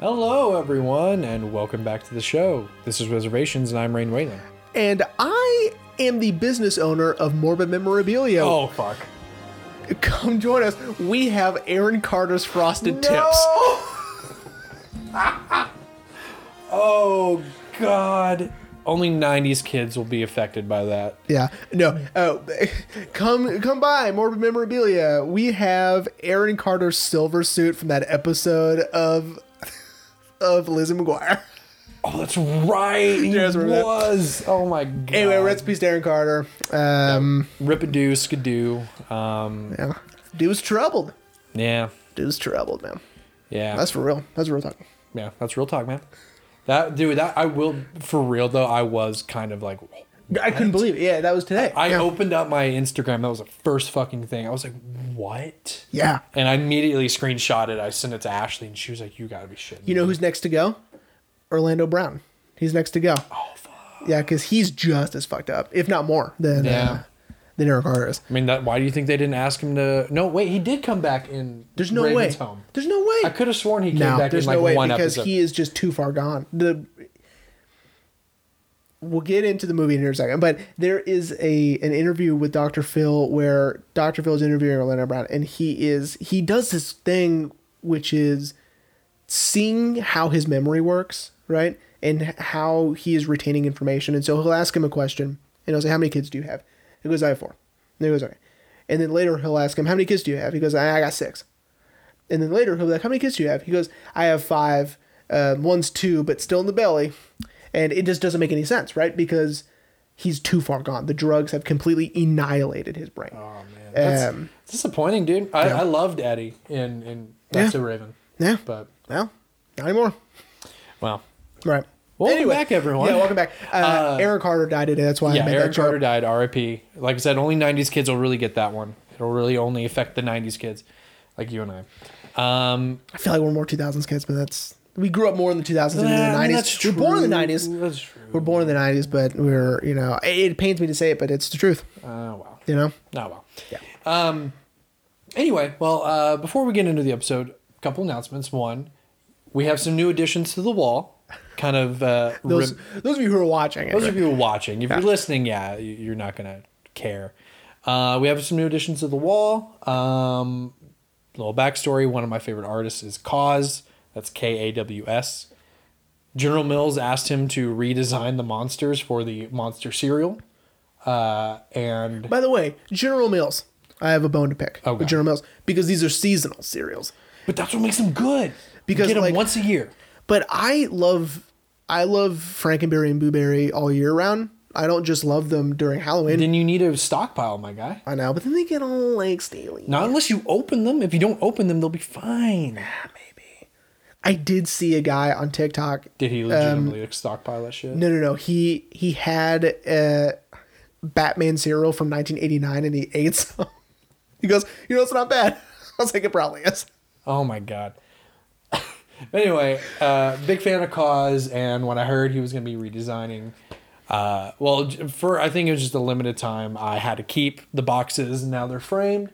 Hello, everyone, and welcome back to the show. This is Reservations, and I'm Rain Whalen. And I am the business owner of Morbid Memorabilia. Oh, fuck. Come join us. We have Aaron Carter's Frosted Tips. Tips. oh, God. Only 90s kids will be affected by that. Yeah. No. Oh, come come by Morbid Memorabilia. We have Aaron Carter's silver suit from that episode of of Lizzie McGuire. Oh, that's right. He Yes, remember that. was. Oh, my God. Anyway, rest in peace, to Aaron Carter. Um, Rip-a-doo, skidoo. Um, yeah. dude was troubled. yeah. Dude was troubled, man. Yeah. That's for real. That's real talk. Yeah, that's real talk, man. That dude, that I will for real though. I was kind of like, I couldn't believe it. Yeah, that was today. I yeah. opened up my Instagram. That was the first fucking thing. I was like, what? Yeah. And I immediately screenshot it. I sent it to Ashley, and she was like, "You gotta be shitting." You know who's next to go? Orlando Brown. He's next to go. Oh, fuck. Yeah, because he's just as fucked up, if not more, than Yeah. uh, than Eric Carter is. I mean, that. Why do you think they didn't ask him to? No, wait, he did come back in. There's no Raven's way. Home. There's no way. I could have sworn he came no, back in there's like no way one because episode. he is just too far gone. The we'll get into the movie in here in a second, but there is a an interview with Dr. Phil where Dr. Phil's interviewing Orlando Brown, and he is he does this thing which is seeing how his memory works, right, and how he is retaining information. And so he'll ask him a question, and he'll say, "How many kids do you have?" He goes, "I have four. And he goes, "Okay." And then later he'll ask him, "How many kids do you have?" He goes, "I I got six. And then later he'll be like, "How many kids do you have?" He goes, "I have five. Um, one's two, but still in the belly." And it just doesn't make any sense, right? Because he's too far gone. The drugs have completely annihilated his brain. oh man, that's Um, disappointing, dude. I, I loved Eddie in in That's Yeah. a Raven, yeah. but Well, not anymore. well, Right. Welcome back, everyone. Yeah, welcome back. Uh, Uh, Aaron Carter died today. That's why I Yeah, made Aaron that joke. Carter died. R.I.P. Like I said, only '90s kids will really get that one. It'll really only affect the '90s kids, like you and I. Um, I feel like we're more 2000s kids, but that's we grew up more in the 2000s than nah, the 90s. that's We're Um, born in the true. 90s. That's true. We're born in the 90s, but we're you know it, it pains me to say it, but it's the truth. Oh wow. You know. Oh wow. Yeah. Um. Anyway, well, uh, before we get into the episode, a couple announcements. One, we have some new additions to the wall. Kind of uh, Those rem- those of you who are watching it. Those of you who are watching, if you're listening, yeah, you- you're not gonna care. Uh, we have some new additions to the wall. Um, little backstory: one of my favorite artists is Cause. That's K A W S. General Mills asked him to redesign the monsters for the monster cereal, uh, and By the way, General Mills. I have a bone to pick Oh, God. with General Mills because these are seasonal cereals. but that's what makes them good. Because, you get them like- once a year. But I love I love Frankenberry and Blueberry all year round. I don't just love them during Halloween. Then you need a stockpile, my guy. I know, but then they get all like staley. Not unless you open them. If you don't open them, they'll be fine. maybe. I did see a guy on TikTok. Did he legitimately stockpile that shit? No, no, no. He he had a Batman cereal from 1989 and he ate some. He goes, you know, it's not bad. I was like, it probably is. Oh my god. anyway, uh, big fan of Cause, and when I heard he was going to be redesigning, uh, well, j- for I think it was just a limited time. I had to keep the boxes, and now they're framed.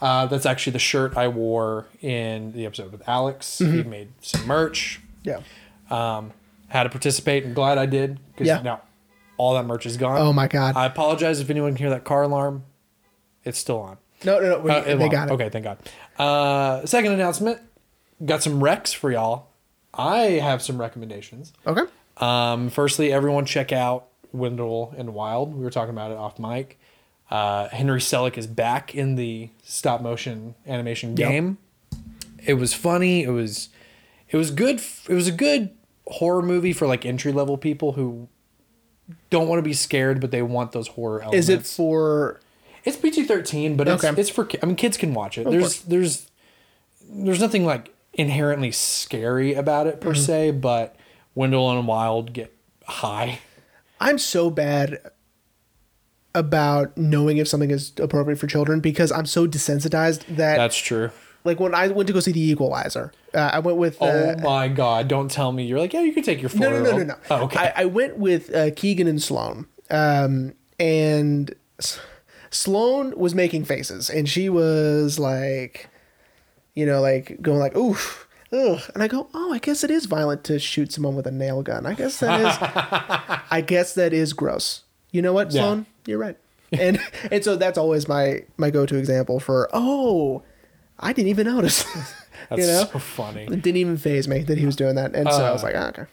Uh, that's actually the shirt I wore in the episode with Alex. He Mm-hmm. made some merch. Yeah. Um, had to participate, and glad I did because Yeah. now all that merch is gone. Oh my God. I apologize if anyone can hear that car alarm. It's still on. No, no, no. we- Uh, they well, got it. Okay, thank God. Uh, second announcement got some recs for y'all. I have some recommendations. Okay. Um, firstly, everyone check out Wendell and Wild. We were talking about it off mic. Uh, Henry Selick is back in the stop motion animation game. It was funny. It was, it was good. f- It was a good horror movie for like entry level people who don't want to be scared, but they want those horror elements. Is it for It's PG thirteen, but it's Okay. it's for ki- I mean kids can watch it. There's course. there's there's nothing like inherently scary about it Mm-hmm. per se, but Wendell and Wild get high. I'm so bad about knowing if something is appropriate for children because I'm so desensitized that That's true. like when I went to go see The Equalizer, uh, I went with uh, oh my god! Don't tell me you're like yeah you can take your four. no, no, no, no, no. Oh, okay. I, I went with uh, Keegan and Sloan, um, and S- Sloan was making faces, and she was like, you know, like going like, "Oof." ugh. And I go, oh, I guess it is violent to shoot someone with a nail gun. I guess that is, I guess that is gross. You know what, Yeah. Sloan? You're right. And and so that's always my my go to example for oh, I didn't even notice. That's you know, so funny. it didn't even phase me that he was doing that. And so I was like, ah, okay,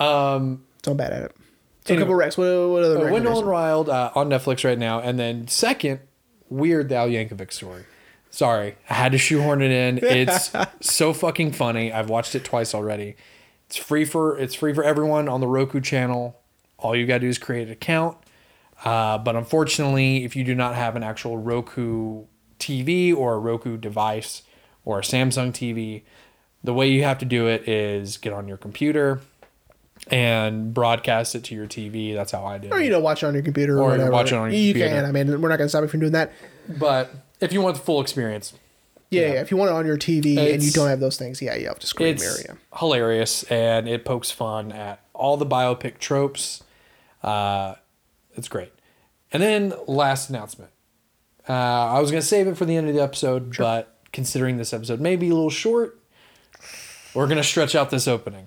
Uh, Um, so I'm bad at it. So Anyway. a couple wrecks. What, what other? uh, Wendell recommendations? and Wild uh, on Netflix right now, and then second, weird the Al Yankovic story. Sorry, I had to shoehorn it in. It's so fucking funny. I've watched it twice already. It's free for it's free for everyone on the Roku channel. All you gotta do is create an account. Uh, but unfortunately, if you do not have an actual Roku TV or a Roku device or a Samsung TV, the way you have to do it is get on your computer and broadcast it to your TV. That's how I did. Or it. Oh, you know, watch it on your computer or, Or you whatever. watch it on your you computer. can. I mean, we're not going to stop you from doing that. But if you want the full experience, Yeah, yeah. If you want it on your TV and you It's- don't have those things, yeah, you have to screen it's mirror. Yeah. hilarious and it pokes fun at all the biopic tropes. Uh, it's great. And then last announcement. Uh, I was gonna save it for the end of the episode, but considering this episode may be a little short, we're gonna stretch out this opening.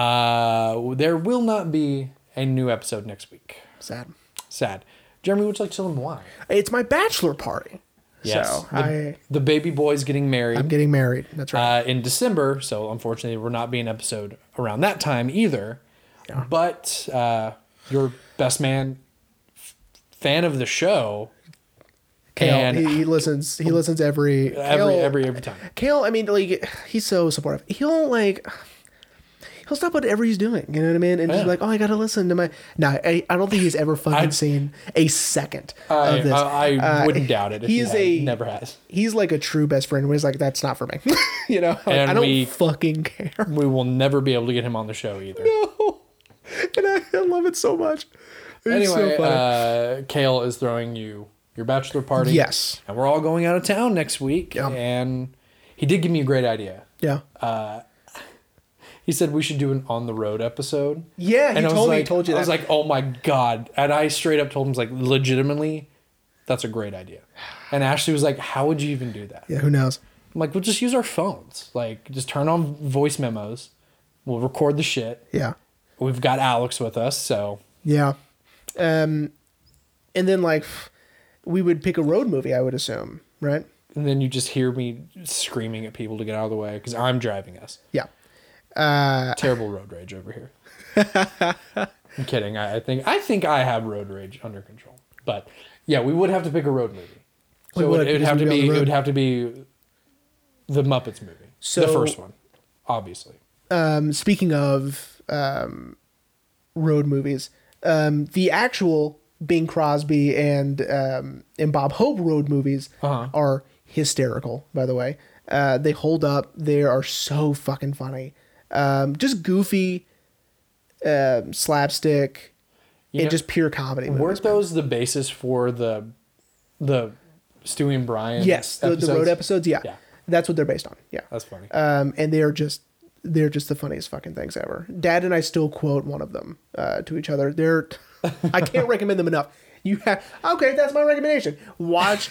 Uh, there will not be a new episode next week. Sad. Sad. Jeremy, would you like to tell them why? It's my bachelor party. So the, I the baby boy's getting married. I'm getting married. That's right. uh, in December. So unfortunately, we're not being episode around that time either. But uh, your best man, f- fan of the show, Kale, and he, he listens. He listens every every Kale- every every time. Kale, I mean, like he's so supportive. He'll like he'll stop whatever he's doing. You know what I mean? And just Yeah. be like, oh, I gotta listen to my. No, I, I don't think he's ever fucking I- seen a second I, of this. I, I Uh, wouldn't doubt it. If He's he had. a never has. He's like a true best friend. Where he's like, that's not for me. you know, Like, And I don't we- fucking care. We will never be able to get him on the show either. and I, I love it so much. It's anyway, so funny. uh, Kale is throwing you your bachelor party. Yes. and we're all going out of town next week. Yeah. and he did give me a great idea. yeah. uh, He said we should do an on the road episode. Yeah, he I was told me- like- told you I was that. like, oh my god, and I straight up told him I was like, legitimately, that's a great idea. And Ashley was like, how would you even do that? yeah. Who knows? I'm like, we'll just use our phones. Like, just turn on voice memos. We'll record the shit. Yeah. We've got Alex with us, so Yeah. Um, and then like we would pick a road movie, I would assume, right? and then you just hear me screaming at people to get out of the way because I'm driving us. Yeah. Terrible road rage over here. I'm kidding. I, I think I think I have road rage under control. But yeah, we would have to pick a road movie. So We it would, would, it would because have to we'd be be on the it would road. have to be the Muppets movie. So- the first one, obviously. Um, speaking of um, road movies, um, the actual Bing Crosby and um, and Bob Hope road movies Uh-huh. are hysterical. By the way, uh, they hold up. They are so fucking funny. Um, just goofy, um slapstick, You and know, just pure comedy. movies. Weren't those the basis for the the Stewie and Brian? Yes, the, the road episodes. Yeah. Yeah. that's what they're based on. Yeah, That's funny. um, and they are just they're just the funniest fucking things ever. Dad and I still quote one of them uh, to each other. They're I can't recommend them enough. You have okay, that's my recommendation. Watch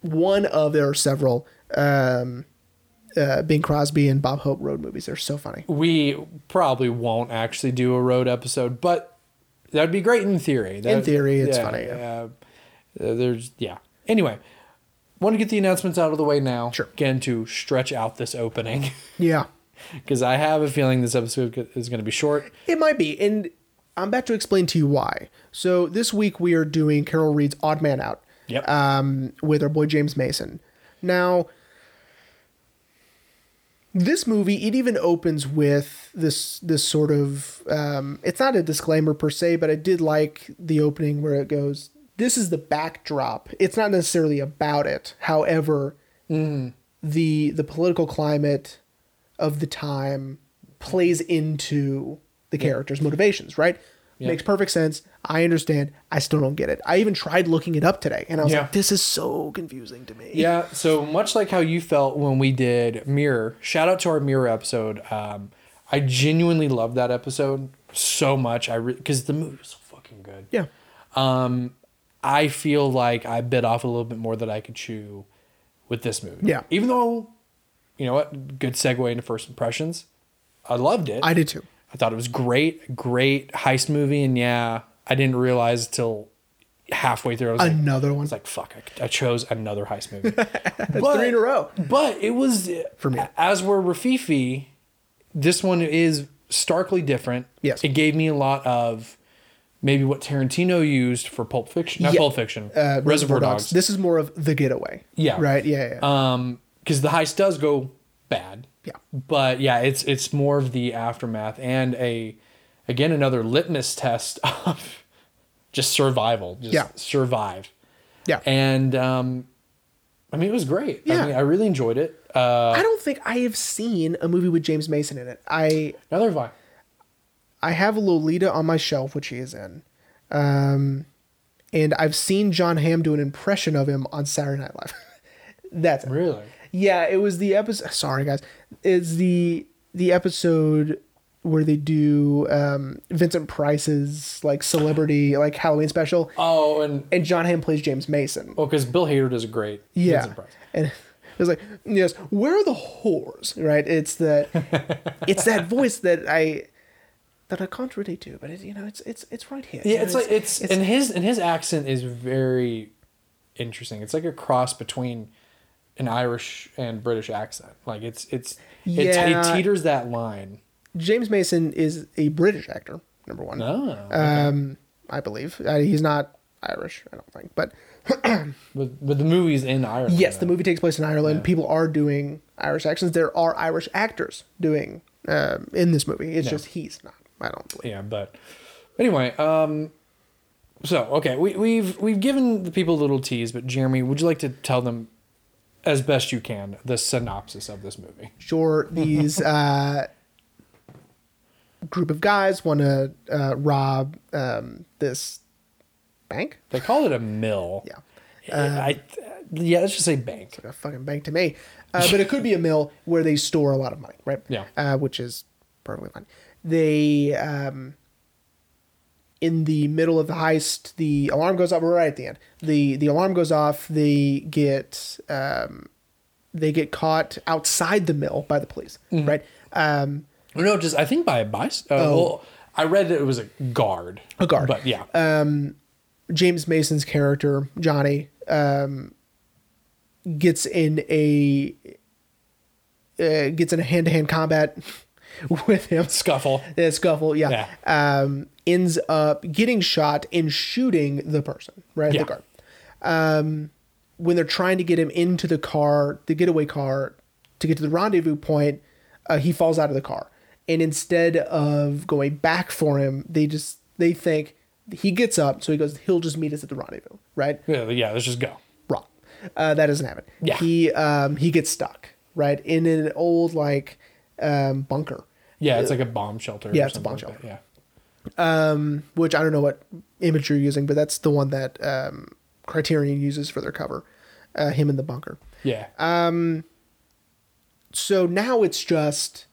one of there are several um, uh, Bing Crosby and Bob Hope road movies. They're so funny. we probably won't actually do a road episode, but that would be great in theory. That- theory, it's funny, Uh, there's yeah. Anyway, want to get the announcements out of the way now. Sure. Again, to stretch out this opening Yeah, because I have a feeling this episode is going to be short. it might be, and I'm about to explain to you why. So this week we are doing Carol Reed's Odd Man Out. Yep. um, with our boy James Mason. Now, this movie it even opens with this this sort of um, it's not a disclaimer per se, but I did like the opening where it goes. This is the backdrop. It's not necessarily about it. However, the the political climate of the time plays into the character's motivations, right? Makes perfect sense. I understand. I still don't get it. I even tried looking it up today and I was Yeah. like, this is so confusing to me. yeah. So much like how you felt when we did Mirror, shout out to our Mirror episode. Um, I genuinely loved that episode so much. I because the movie was so fucking good. Yeah. um, I feel like I bit off a little bit more that I could chew with this movie. Yeah. Even though, you know what? Good segue into first impressions. I loved it. I did too. I thought it was great, great heist movie. And yeah, I didn't realize till halfway through. I was like, Another one. it's like fuck. I, I chose another heist movie. three in a row. But it was For me. As were Rafifi, this one is starkly different. Yes. it gave me a lot of maybe what Tarantino used for Pulp Fiction, not Yeah. Pulp Fiction, Uh, Reservoir, Dogs. This is more of the getaway. Yeah. Right. Yeah. Yeah. Um, because the heist does go bad. Yeah. But yeah, it's it's more of the aftermath and a again another litmus test of just survival. Just Yeah. survive. yeah. And um I mean it was great. I Yeah. mean I really enjoyed it. Uh I don't think I have seen a movie with James Mason in it. I another vibe. I have Lolita on my shelf, which he is in, um, and I've seen John Hamm do an impression of him on Saturday Night Live. That's it. Really? Yeah, it was the episode. Sorry, guys. It's the the episode where they do um, Vincent Price's like celebrity like Halloween special, Oh, and and John Hamm plays James Mason. well, because Bill Hader does a great Yeah, Vincent Price. and it was like, yes, where are the whores? Right? It's that. it's that voice that I. That I can't really do, but it, you know, it's it's it's right here. You Yeah, know, it's like it's, it's and his and his accent is very interesting. It's like a cross between an Irish and British accent. Like it's it's it, te- it Yeah. teeters that line. James Mason is a British actor, number one. Oh, um, I believe uh, he's not Irish. I don't think, but but, but the movie's in Ireland. yes, the though. movie takes place in Ireland. People are doing Irish accents. There are Irish actors doing um, in this movie. It's just he's not. I don't believe. Yeah, but anyway, um, so okay, we, we've we've given the people a little tease, but Jeremy, would you like to tell them as best you can the synopsis of this movie? Sure, these uh, group of guys want to uh, rob um, this bank. They call it a mill. Yeah. Uh, I, yeah, let's just say bank. a fucking bank to me. Uh, but it could be a mill where they store a lot of money, right? Yeah. Uh, which is perfectly fine. They, um, in the middle of the heist, the alarm goes off. We're right at the end. The the alarm goes off. They get um, they get caught outside the mill by the police, right? Um, Or No, just I think by a bicycle. Uh, well, I read that it was a guard. Oh. A guard. Uh, But yeah. James Mason's character Johnny um, gets in a uh, gets in a hand to hand combat with him. Scuffle. The scuffle, yeah. Um, ends up getting shot and shooting the person, right? Yeah. The car. Um, when they're trying to get him into the car, the getaway car, to get to the rendezvous point, uh, he falls out of the car. And instead of going back for him, they just they think he gets up, so he goes, he'll just meet us at the rendezvous, right? Yeah, yeah, let's just go. wrong. Uh, that doesn't happen. Yeah. He um, he gets stuck right in an old like um, bunker, Yeah, it's like a bomb shelter. uh, Yeah, or it's a something bomb like shelter. that, which I don't know what image you're using, but that's the one that um, Criterion uses for their cover. Uh, him in the bunker. Yeah. Yeah. Uh, So now it's just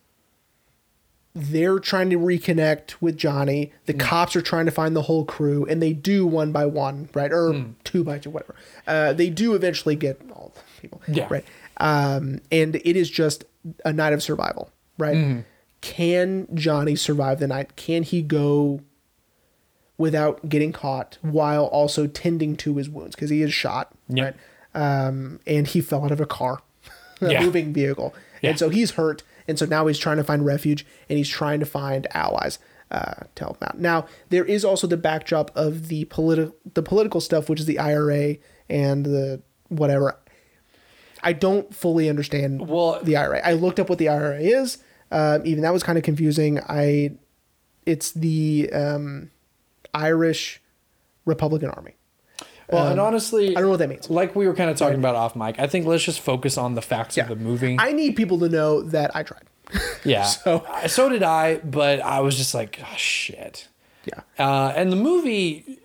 they're trying to reconnect with Johnny. The Mm. cops are trying to find the whole crew, and they do one by one, right, or Mm. two by two, whatever. Uh, they do eventually get all the people, Yeah. right. Um, and it is just a night of survival, right? Mm-hmm. Can Johnny survive the night? Can he go without getting caught while also tending to his wounds because he is shot, Yeah. right? Um, and he fell out of a car, a Yeah. moving vehicle, Yeah. and so he's hurt, and so now he's trying to find refuge, and he's trying to find allies uh, to help him out. Now there is also the backdrop of the political the political stuff, which is the IRA and the whatever. I don't fully understand Well- the IRA. I looked up what the IRA is. Um, even that was kind of confusing. I, it's the um, Irish Republican Army. well, and honestly, Um, I don't know what that means. Like we were kind of talking about off mic, I think let's just focus on the facts of the movie. I need people to know that I tried. yeah. so- I- so did I, but I was just like, oh, shit. yeah. Uh, and the movie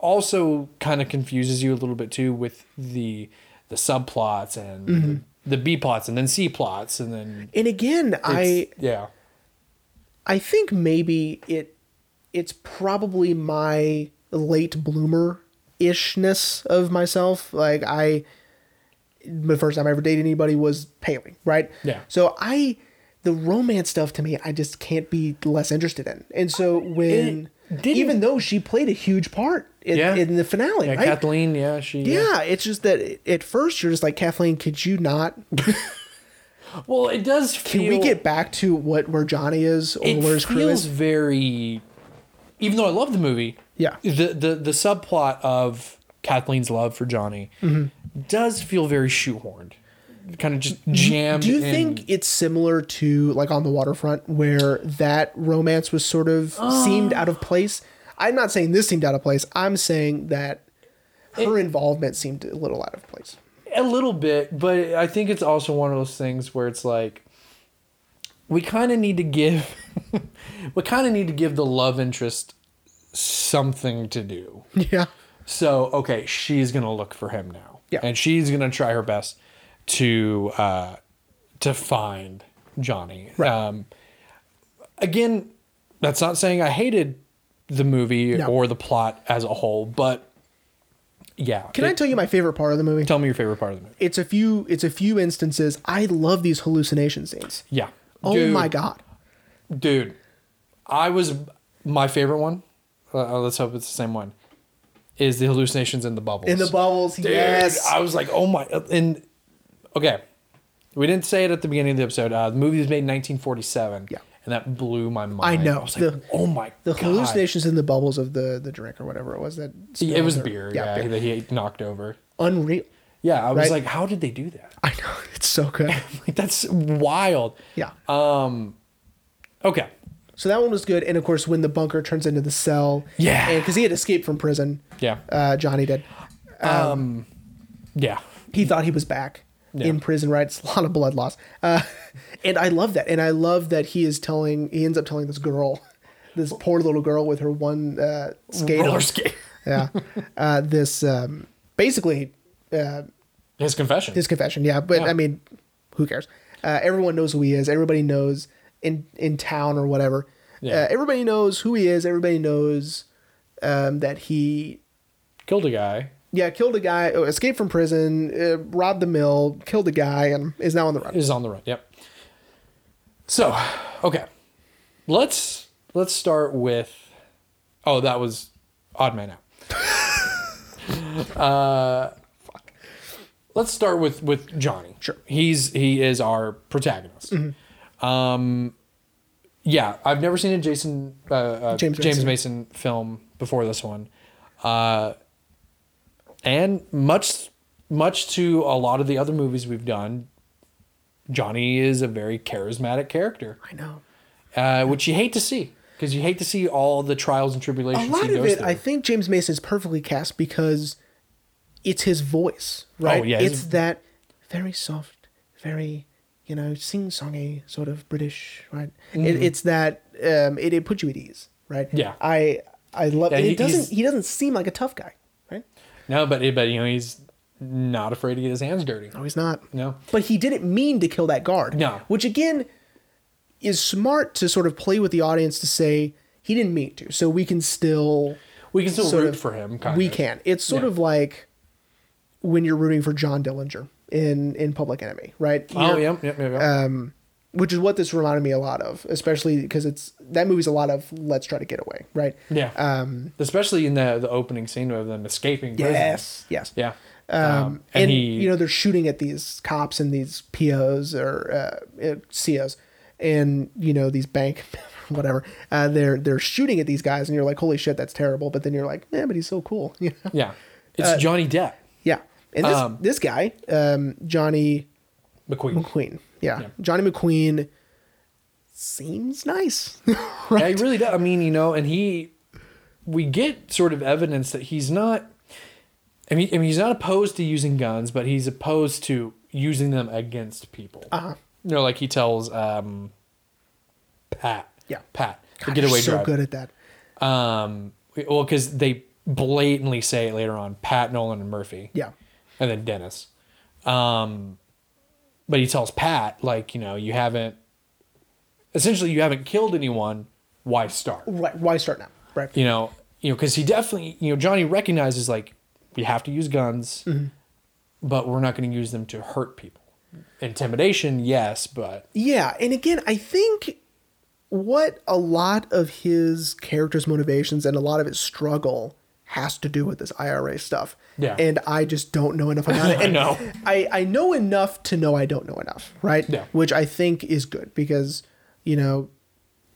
also kind of confuses you a little bit too with the the subplots and Mm-hmm. the B plots and then C plots and then And again, I yeah. I think maybe it it's probably my late bloomer ishness of myself. Like I the first time I ever dated anybody was Paley, right? Yeah. So I, the romance stuff to me, I just can't be less interested in. And so when, It didn't- even though she played a huge part in, Yeah. in the finale, Yeah, right? Kathleen. Yeah, she. yeah, it's just that at first you're just like Kathleen. Could you not? Well, it does. Can Feel, we get back to what where Johnny is or It where his feels crew is? very. Even though I love the movie, Yeah. the the the subplot of Kathleen's love for Johnny does feel very shoehorned, kind of just jammed. Mm-hmm. Do you in. think it's similar to like on the waterfront where that romance was sort of Oh. seemed out of place? I'm not saying this seemed out of place. I'm saying that her involvement seemed a little out of place. A little bit, but I think it's also one of those things where it's like we kind of need to give we kind of need to give the love interest something to do. Yeah. So, okay, she's going to look for him now. Yeah. And she's going to try her best to uh to find Johnny. Right. Um again, that's not saying I hated the movie No. or the plot as a whole, but yeah. Can I tell you my favorite part of the movie? tell me your favorite part of the movie? It's a few it's a few instances. I love these hallucination scenes. Yeah. Oh Dude. my god. Dude, I was my favorite one. Uh, let's hope it's the same one. Is the hallucinations in the bubbles? In the bubbles, Dude, yes. I was like, oh my. And okay, we didn't say it at the beginning of the episode. Uh, the movie was made in 1947. Yeah. and that blew my mind. know. I was like, The- oh my. the God. hallucinations in the bubbles of the the drink or whatever it was that It was spilled or- beer. Yeah, beer. that he knocked over. unreal. Yeah, I was Right. like, how did they do that? I know it's so good. Like that's wild. Yeah. Okay. So that one was good, and of course, when the bunker turns into the cell, Yeah. because he had escaped from prison, Yeah. uh, Johnny did. Yeah. He thought he was back Yeah. in prison, right? It's a lot of blood loss, uh, and I love that, and I love that he is telling. He ends up telling this girl, this poor little girl with her one uh, skate, Roller on. skate. yeah, uh, this um, basically uh, His confession. his confession. Yeah, but I mean, who cares? Uh, everyone knows who he is. Everybody knows in in town or whatever. Yeah. Uh, everybody knows who he is. Everybody knows um, that he killed a guy. yeah killed a guy, oh, escaped from prison, uh, robbed the mill, killed a guy, and is now on the run. is on the run. Yep. So, okay, let's let's start with. Oh, that was Odd Man Out. uh, Let's start with with Johnny. Sure. He's he is our protagonist. Um, yeah, I've never seen a Jason uh, uh, James James, Mason film before this one, uh, and much much to a lot of the other movies we've done, Johnny is a very charismatic character, I know. uh, which you hate to see because you hate to see all the trials and A tribulations lot he of goes it, through. I think James Mason is perfectly cast because it's his voice, right? Oh, yeah, his- it's that very soft, very you know sing-songy sort of British, right? It, it's that um, it, it puts you at ease, right? Mm-hmm. Yeah. I I love Yeah, and he- it. Doesn't he's- he doesn't seem like a tough guy, right? no, but eh, but you know he's not afraid to get his hands dirty. No, he's not. No. but he didn't mean to kill that guard. No. which again is smart to sort of play with the audience to say he didn't mean to, so we can still We can still sort root of- for him. Kind we of. can. It's sort Yeah. of like when you're rooting for John Dillinger in in Public Enemy, right? Oh, You're- um, yep, yep, yep. yep. Which is what this reminded me a lot of, especially because it's that movie's a lot of let's try to get away, right? Um, yeah. Especially in the the opening scene of them escaping. prison. Yes, yes. Yeah. Um, and, and, he, you know they're shooting at these cops and these POs or uh, uh, COs, and you know these bank, whatever. Uh, they're they're shooting at these guys, and you're like, holy shit, that's terrible. But then you're like, man, but he's so cool. You know? yeah, it's uh, Johnny Depp, Yeah. And this Um, this guy, um, Johnny McQueen. McQueen. Yeah. Yeah. Johnny McQueen seems nice. Yeah, right. he really does. I mean, you know, and he, we get sort of evidence that he's not. I mean, I mean, he's not opposed to using guns, but he's opposed to using them against people. Uh-huh. You know, like he tells um, Pat. Yeah. Pat, the God, getaway you're so driver. good at that. Um, well, because they blatantly say it later on. Pat Nolan and Murphy. Yeah. and then Dennis. Um, but he tells Pat, like, you know, you haven't, essentially, you haven't killed anyone. Why start? Right. Why start now? Right. You know, Mm-hmm. you know, because he definitely, you know, Johnny recognizes like we have to use guns. but we're not going to use them to hurt people. Intimidation, yes, but Yeah, and again, I think what a lot of his character's motivations and a lot of his struggle has to do with this IRA stuff. Yeah. And I just don't know enough about it. I And know. I, I know enough to know I don't know enough, right? Yeah. Which I think is good because, you know,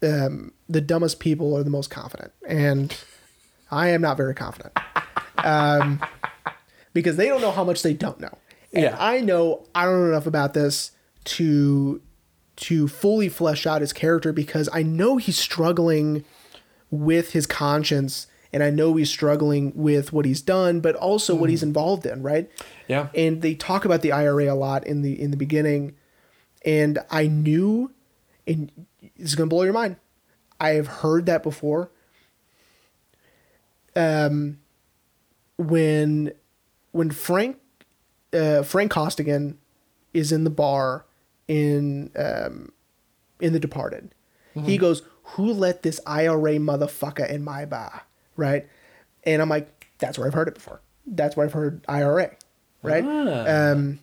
um, the dumbest people are the most confident. And I am not very confident. Um, because they don't know how much they don't know. And Yeah. I know I don't know enough about this to to fully flesh out his character because I know he's struggling with his conscience and I know he's struggling with what he's done, but also what he's involved in, right? yeah, and they talk about the IRA a lot in the in the beginning, and I knew, and it's gonna blow your mind. I have heard that before. Um, when when Frank uh, Frank Costigan is in the bar in um, in The Departed, Mm-hmm. he goes, "Who let this IRA motherfucker in my bar?" Right, and I'm like, "That's where I've heard it before. That's where I've heard IRA." Right. Ah. Um,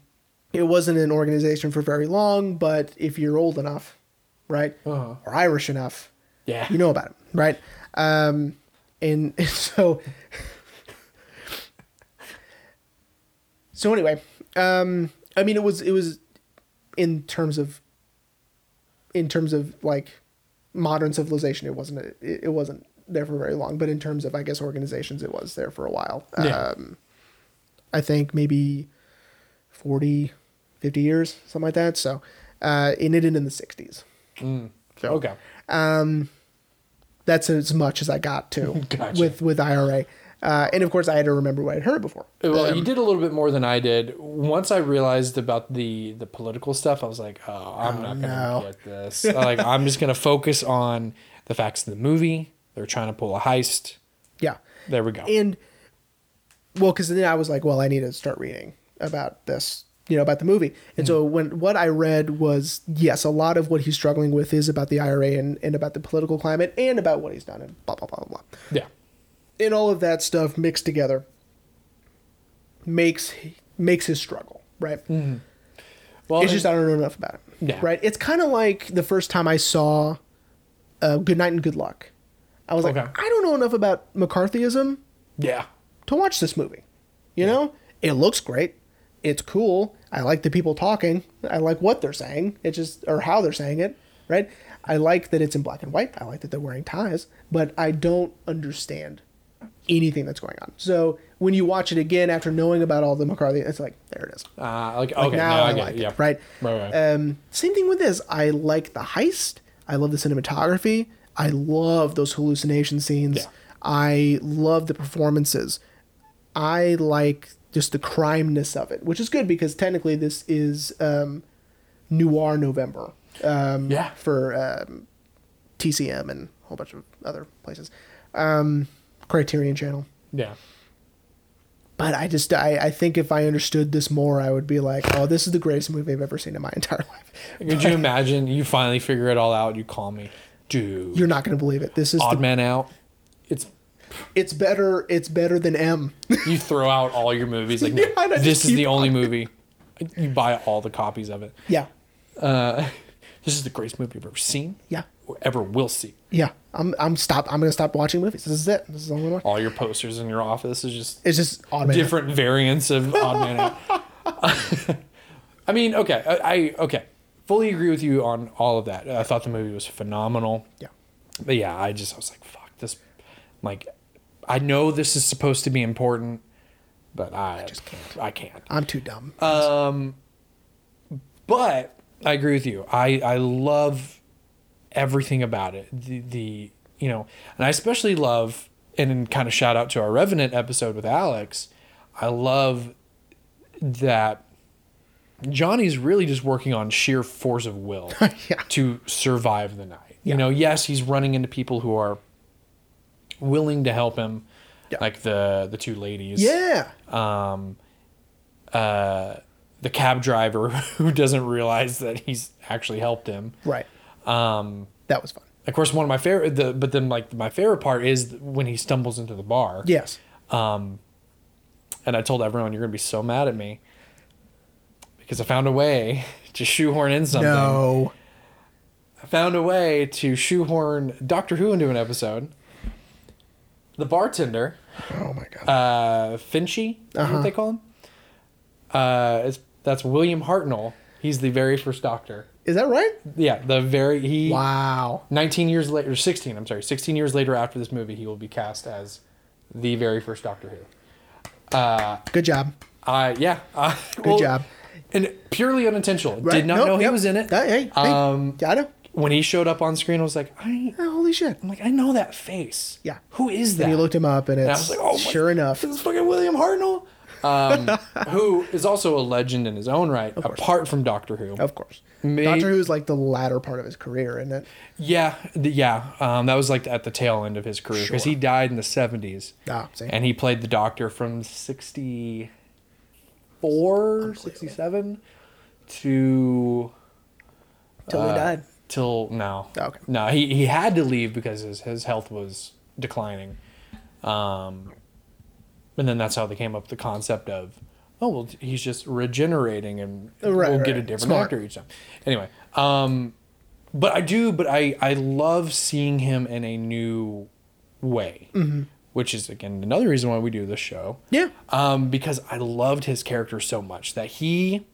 it wasn't an organization for very long, but if you're old enough, right, Uh-huh. or Irish enough, yeah, you know about it, right? Um, and, and so, so anyway, um, I mean, it was it was in terms of in terms of like modern civilization, it wasn't it, it wasn't there for very long, but in terms of I guess organizations, it was there for a while. Yeah. Um, I think maybe 40, 50 years, something like that. So, uh, it ended in the 60s. So, okay, that's as much as I got to Gotcha. with with IRA. Uh, and of course, I had to remember what I'd heard before. Um, Well, you did a little bit more than I did. Once I realized about the the political stuff, I was like, "Oh, I'm not gonna no. get this." like, I'm just gonna focus on the facts of the movie. They're trying to pull a heist. Yeah, There we go. and well, because then I was like, well, I need to start reading about this, you know, about the movie. And Mm. so when what I read was yes, a lot of what he's struggling with is about the IRA and, and about the political climate and about what he's done and blah blah blah blah blah. yeah, and all of that stuff mixed together makes makes his struggle right. well, it's just I don't know enough about it. Yeah. Right. It's kind of like the first time I saw uh, "Good Night and Good Luck." I was Okay. like, I don't know enough about McCarthyism yeah, to watch this movie. You know, it looks great. It's cool. I like the people talking. I like what they're saying. It just or how they're saying it. Right. I like that it's in black and white. I like that they're wearing ties, but I don't understand anything that's going on. So when you watch it again after knowing about all the McCarthy, it's like there it is. uh, like, okay, Now now I, I, get like it. it, Yeah, right? right, right. Um, same thing with this. I like the heist. I love the cinematography. I love those hallucination scenes. Yeah. I love the performances. I like just the crimeness of it, which is good because technically this is um, noir November um, Yeah. for um, TCM and a whole bunch of other places. Um, Criterion Channel yeah. but I just I, I think if I understood this more, I would be like, oh, this is the greatest movie I've ever seen in my entire life. Could you imagine? You finally figure it all out. You call me, dude. You're not gonna believe it. This is odd the, man out. It's it's better it's better than M. you throw out all your movies. Like, Yeah, and I no, just this is the keep only movie. You buy all the copies of it. yeah, Uh, this is the greatest movie I've ever seen. yeah, Or ever will see. yeah. I'm I'm stop. I'm gonna stop watching movies. This is it. This is the only one. All your posters in your office is just It's just automated. different variants of Odd Man Out. I mean, okay, I, I okay, fully agree with you on all of that. I thought the movie was phenomenal. Yeah, But yeah, I just I was like, fuck this. Like, I know this is supposed to be important, but I, just can't. I can't. I'm too dumb. Uh, But I agree with you. I I love everything about it. The the you know, and I especially love and then kind of shout out to our Revenant episode with Alex. I love that Johnny's really just working on sheer force of will Yeah. to survive the night. Yeah. You know, yes, he's running into people who are willing to help him, Yeah. like the the two ladies yeah, the cab driver who doesn't realize that he's actually helped him. right. Um, that was fun. Of course, one of my favorite, the, but then like my favorite part is when he stumbles into the bar. Yes. And I told everyone, "You're gonna be so mad at me." because I found a way to shoehorn in something. No. I found a way to shoehorn Doctor Who into an episode. The bartender, Oh my god. uh, Finchy, is Uh-huh. what they call him. Uh, it's, that's William Hartnell. He's the very first Doctor. Is that right? Yeah, the very he. Wow. 19 years later, or 16, I'm sorry, 16 years later after this movie, he will be cast as the very first Doctor Who. Uh, Good job. I yeah. I- Good job. And purely unintentional. Right. Did not Nope, know he yep. was in it. That- hey, hey. Um, Yeah, I know. When he showed up on screen, I was like, I, Oh, holy shit. I'm like, I know that face. Yeah. Who is that? And you looked him up, and And I it's was like, oh, my- sure enough. It's fucking William Hartnell, um, who is also a legend in his own right, apart from Doctor Who. Of course. May- Doctor Who's like the latter part of his career, isn't it? Yeah, the, yeah. Um, that was like at the tail end of his career because Sure. he died in the seventies. Ah, same. and he played the Doctor from 64, 67 to Till he died. till now. Oh, Okay. No, he, he had to leave because his his health was declining. Um, and then that's how they came up with the concept of, oh well, he's just regenerating, and Oh, Right, we'll right, get a right. different Smart. actor each time. Anyway, um, but I do, but I I love seeing him in a new way, which is again another reason why we do this show Mm-hmm. Yeah. um, because I loved his character so much that he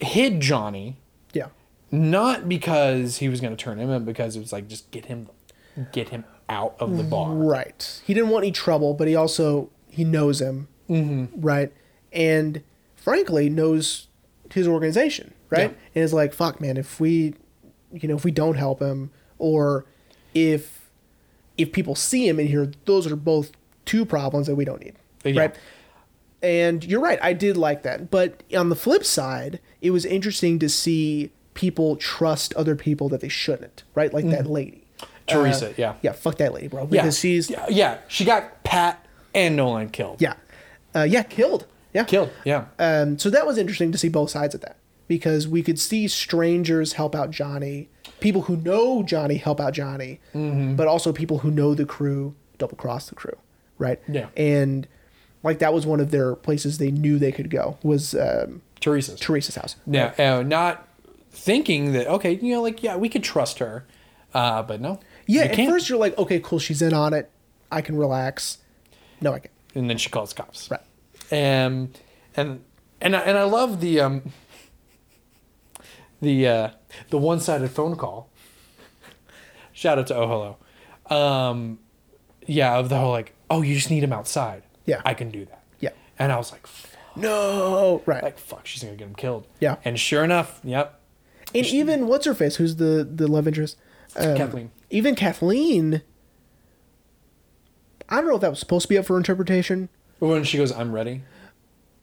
hid Johnny Yeah. not because he was going to turn him in, because it was like just get him, get him out of the Mm-hmm. bar. Right. He didn't want any trouble, but he also he knows him, mm-hmm. right? And frankly, knows his organization, right? Yeah. And is like, fuck, man, if we, you know, if we don't help him, or if if people see him in here, those are both two problems that we don't need, Yeah. right? And you're right, I did like that. But on the flip side, it was interesting to see people trust other people that they shouldn't, right? Like Mm-hmm. that lady. Teresa, yeah. uh, Yeah, fuck that lady, bro. Yeah, Because she's yeah, yeah, she got Pat and Nolan killed. yeah. Uh, yeah, killed. Yeah. killed. Yeah, Um, so that was interesting to see both sides of that because we could see strangers help out Johnny, people who know Johnny help out Johnny, Mm-hmm. but also people who know the crew double cross the crew, right? Yeah. And like that was one of their places they knew they could go was um, Teresa's. Teresa's house. yeah, uh, not thinking that okay, you know, like yeah, we could trust her, uh, but no, Yeah. you At can't. first you're like, okay, cool, she's in on it. I can relax. No, I can't. and then she calls cops. Right. Um, and and I, and I love the um, the uh, the one sided phone call. Shout out to Oh Hello. Um, yeah, of the whole like, oh, you just need him outside. Yeah. I can do that. Yeah. And I was like, fuck, No. Right. like fuck, she's gonna get him killed. Yeah. And sure enough, yep, And even what's her face, who's the the love interest? Um, Kathleen. Even Kathleen. I don't know if that was supposed to be up for interpretation, When she goes, I'm ready.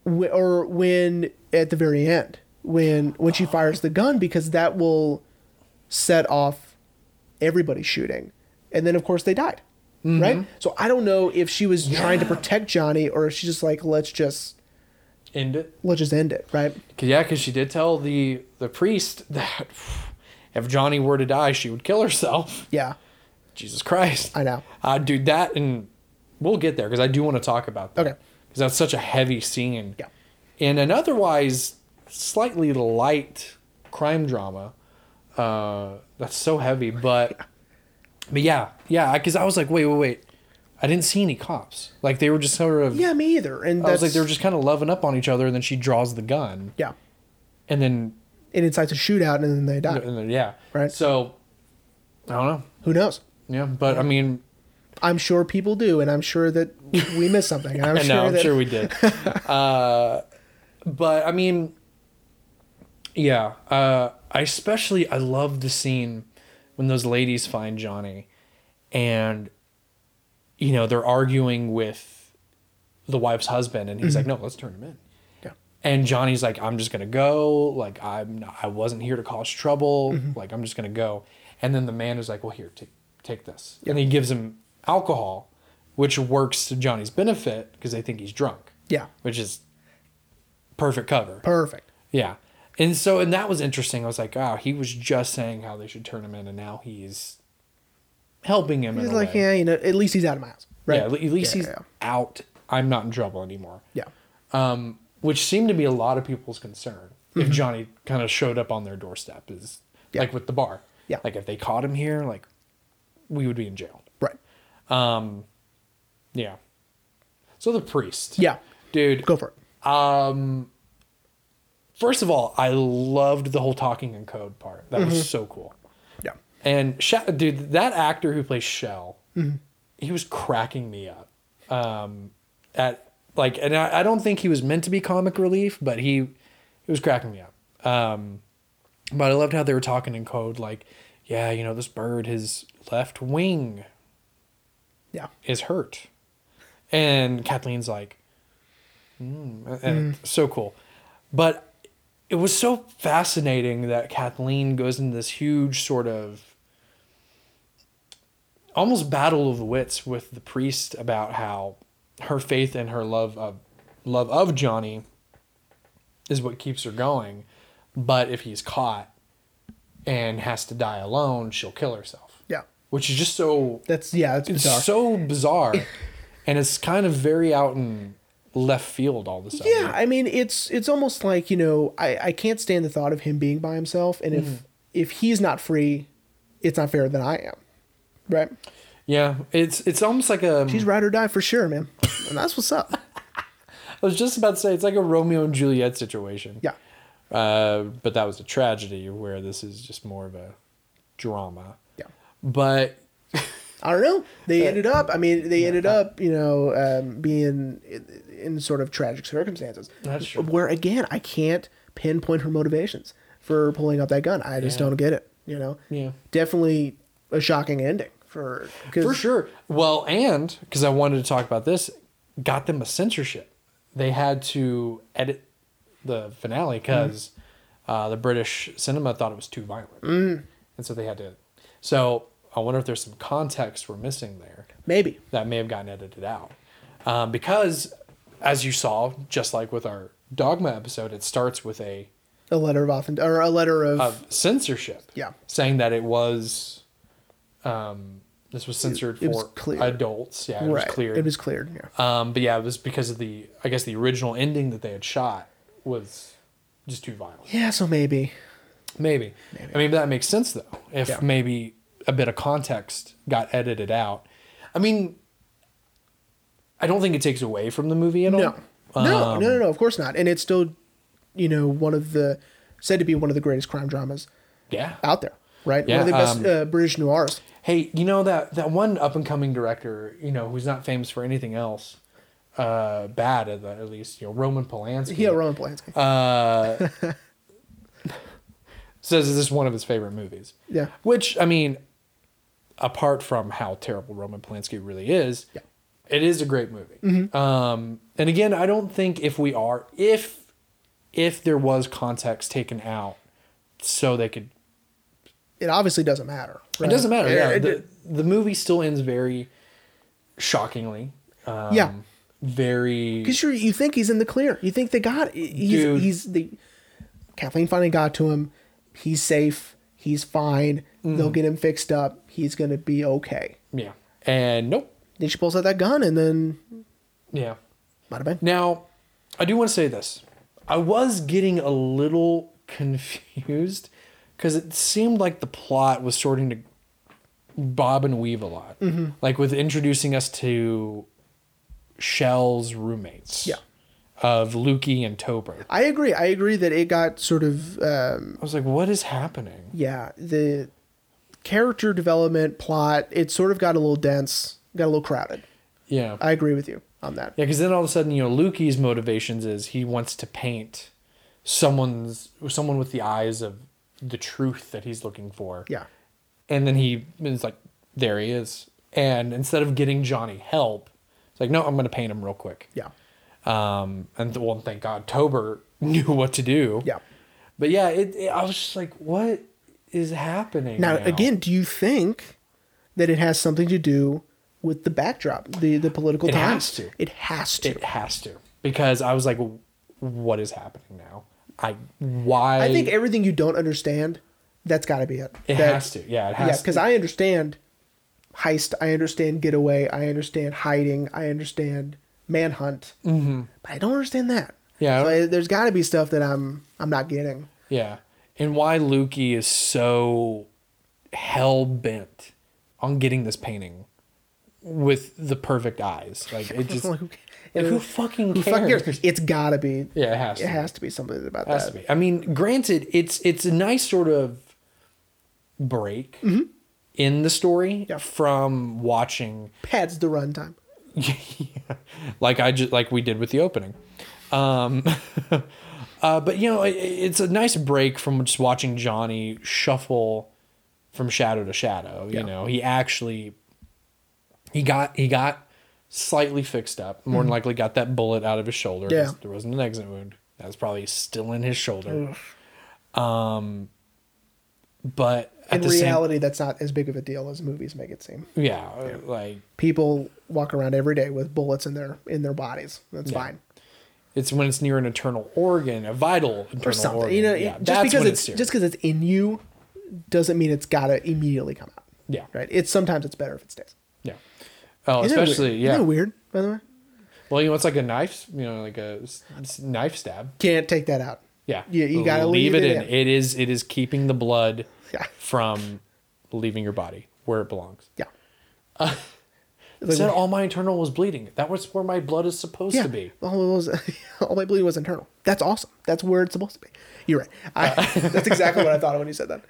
wh- or when at the very end, when when she fires the gun, because that will set off everybody shooting, and then of course they died, right? So I don't know if she was trying to Mm-hmm. Yeah. protect Johnny or if she's just like let's just End it. let's just end it, right? Cause, yeah, because she did tell the the priest that if Johnny were to die, she would kill herself. Yeah, Jesus Christ. I know. Uh, dude, that and we'll get there because I do want to talk about that. Okay. Because that's such a heavy scene. Yeah. In an otherwise slightly light crime drama, uh, that's so heavy. But, but yeah, yeah. Because I was like, wait, wait, wait. I didn't see any cops. Like they were just sort of. yeah, me either. And I that's was like, they were just kind of loving up on each other, and then she draws the gun, yeah, and then, and it's like a shootout, and then they die. and then yeah. Right. So, I don't know. Who knows? Yeah, but I mean, I'm sure people do, and I'm sure that we missed something. and I'm i sure know, I'm that sure we did. uh, but I mean, yeah. Uh, I especially I love the scene when those ladies find Johnny, and you know they're arguing with the wife's husband, and he's like, "No, let's turn him in." Mm-hmm. Yeah. And Johnny's like, "I'm just gonna go. Like I'm not, I wasn't here to cause trouble. Mm-hmm. Like I'm just gonna go." And then the man is like, "Well, here, take take this," and he gives him alcohol, which works to Johnny's benefit because they think he's drunk. Yeah. Which is perfect cover. perfect. Yeah. And so, and that was interesting. I was like, wow, he was just saying how they should turn him in, and now he's helping him. He's in a like, way. yeah, you know, at least he's out of my house, right? Yeah, at least Yeah, he's yeah, out. I'm not in trouble anymore. yeah. Um, which seemed to be a lot of people's concern if Johnny kind of showed up on their doorstep is Mm-hmm. Yeah. like with the bar. Yeah. Like if they caught him here, like we would be in jail. Right. Yeah. So the priest. Yeah. Dude, Go for it. first of all, I loved the whole talking in code part. That Mm-hmm. was so cool. Yeah. And Sh- dude, that actor who plays Shell, he was cracking me up. Um, at like, and I, I don't think he was meant to be comic relief, but he, he was cracking me up. Um, but I loved how they were talking in code, like, yeah, you know, this bird, his left wing Yeah. is hurt. And Kathleen's like, mm, and it's so cool. But it was so fascinating that Kathleen goes into this huge sort of almost battle of wits with the priest about how her faith and her love of love of Johnny is what keeps her going. But if he's caught and has to die alone, she'll kill herself. Yeah. Which is just so That's yeah. That's it's bizarre. so bizarre, and it's kind of very out in left field all of a sudden. Yeah, I mean it's it's almost like you know I I can't stand the thought of him being by himself, and Mm-hmm. if if he's not free, it's not fair that I am, right? yeah. It's it's almost like a. He's ride or die for sure, man, and that's what's up. I was just about to say it's like a Romeo and Juliet situation. Yeah, Uh, but that was a tragedy where this is just more of a drama. yeah. But I don't know. They ended up. I mean, they ended up, you know, um, being in, in sort of tragic circumstances. That's true. Where again, I can't pinpoint her motivations for pulling out that gun. I just Yeah. don't get it. You know. Yeah. Definitely a shocking ending for. 'cause- for sure, well, and because I wanted to talk about this, got them a censorship. They had to edit the finale because uh, the British cinema thought it was too violent, and so they had to. So I wonder if there's some context we're missing there. Maybe. that may have gotten edited out. Um, because, as you saw, just like with our Dogma episode, it starts with a a letter of often or a letter of, of censorship. Yeah. Saying that it was, um, this was censored it was for cleared. adults. Yeah, it right. was cleared. It was cleared. Yeah. um, but yeah, it was because of the, I guess the original ending that they had shot was just too violent. Yeah. So maybe. Maybe. I mean, that makes sense though. If Yeah. maybe a bit of context got edited out. I mean, I don't think it takes away from the movie at all. No. no. No. um, No. No. Of course not. And it's still, you know, one of the said to be one of the greatest crime dramas Yeah. out there. Right. Yeah, one of the best um, uh, British noirs. Hey, you know that that one up and coming director, you know, who's not famous for anything else, uh, bad at, the, at least, you know, Roman Polanski. Yeah. Roman Polanski. Uh, says this is one of his favorite movies. Yeah. Which I mean, apart from how terrible Roman Polanski really is, Yeah. Mm-hmm. it is a great movie. Um, and again, I don't think if we are if if there was context taken out, so they could it obviously doesn't matter. it right? doesn't matter. It- Yeah, it- the, the movie still ends very shockingly. Um, Yeah. Very. Because you you think he's in the clear. You think they got he's Dude. he's the Kathleen finally got to him. He's safe. He's fine. They'll Mm. get him fixed up. He's gonna be okay. Yeah. And nope. Then she pulls out that gun, and then Yeah. might have been. Now, I do want to say this. I was getting a little confused because it seemed like the plot was starting to bob and weave a lot. Mm-hmm. Like with introducing us to Shell's roommates. Yeah. Of Lukey and Toper. I agree. I agree that it got sort of um, I was like, what is happening? yeah the character development plot. It sort of got a little dense, got a little crowded. Yeah. I agree with you on that. Yeah, because then all of a sudden, you know, Lukey's motivations is he wants to paint someone's someone with the eyes of the truth that he's looking for. Yeah, And then he is like, there he is. And instead of getting Johnny help, it's like, no, I'm going to paint him real quick. yeah, Um, and well, thank God Tober knew what to do. yeah. But yeah, it, it- I was just like, what is happening? Now, Now, again, do you think that it has something to do with the backdrop, the the political It times? has to. It has to. it has to because I was like, what is happening now? I why I think everything you don't understand, that's got to be it. it That- has to. Yeah, it has Yeah, to. because I understand heist, I understand getaway, I understand hiding, I understand manhunt, mm-hmm. but I don't understand that. Yeah. So I- there's got to be stuff that I'm I'm not getting. Yeah. And why Lukey is so hell bent on getting this painting with the perfect eyes. Like it just Like, like, who who fucking cares? Fuck yours. It's got to be. Yeah, it has to. It has to be something about Has that. to be. I mean, granted, it's it's a nice sort of break in the story Mm-hmm. Yeah. from watching Pads the runtime. like I just like we did with the opening. Um, uh, but you know, it, it's a nice break from just watching Johnny shuffle from shadow to shadow. You Yeah. know, he actually he got he got slightly fixed up. More than likely, got that bullet out of his shoulder. Mm-hmm. Yeah. there wasn't an exit wound. That was probably still in his shoulder. Um, but at In the reality, that's not as big of a deal as movies make it seem. same, yeah, like People walk around every day with bullets in their in their bodies. That's fine. It's when it's near an internal organ, a vital internal or something. organ. You know, yeah, just that's because when it's, serious. just because it's in you doesn't mean it's gotta immediately come out. yeah, Right? It's sometimes it's better if it stays. yeah. Oh, Isn't that especially weird? yeah. Isn't that weird? By the way, Well, you know, it's like a knife. You know, like a s- s- knife stab. can't take that out. Yeah, You- you gotta leave it in. It is it is keeping the blood Yeah. from leaving your body where it belongs. Yeah. It said all my internal was bleeding. That was where my blood is supposed yeah. to be. All it was, all I believe was internal. That's awesome. That's where it's supposed to be. You're right. I, Uh. that's exactly what I thought of when you said that.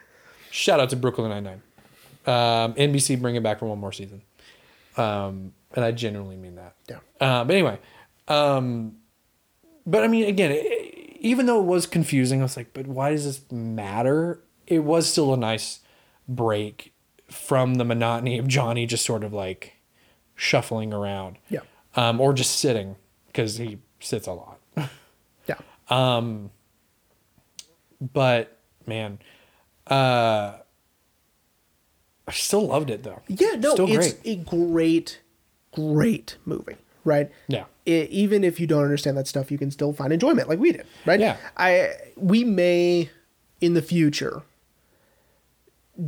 Shout out to Brooklyn Nine Nine. Um, NBC bringing back for one more season, um, and I genuinely mean that. Yeah. Uh, but anyway, um, but I mean, again, it, even though it was confusing, I was like, but why does this matter? It was still a nice break from the monotony of Johnny just sort of like shuffling around, Yeah. um, or just sitting because he sits a lot. Yeah. But man, uh, I still loved it though. Yeah. No, still it's great. a great, great movie. Right. Yeah. it, even if you don't understand that stuff, you can still find enjoyment like we did, right? Yeah. I we may in the future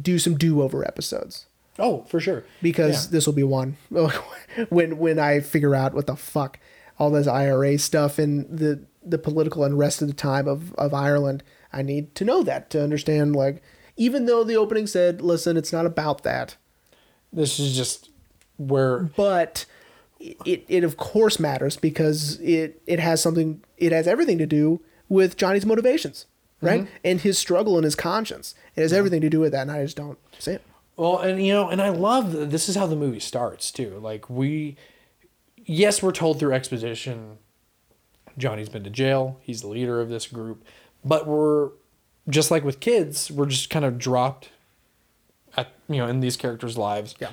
do some do-over episodes Oh, for sure. because Yeah. this will be one when when I figure out what the fuck all this IRA stuff and the the political unrest of the time of of Ireland. I need to know that to understand like even though the opening said, "Listen, it's not about that." this is just where but it, it of course matters because it it has something it has everything to do with Johnny's motivations, right? And his struggle and his conscience. It has everything to do with that, and I just don't see it. Well, and you know, and I love that this is how the movie starts too. Like we, yes, we're told through exposition, Johnny's been to jail. He's the leader of this group, but we're just like with kids, we're just kind of dropped at you know in these characters' lives. Yeah.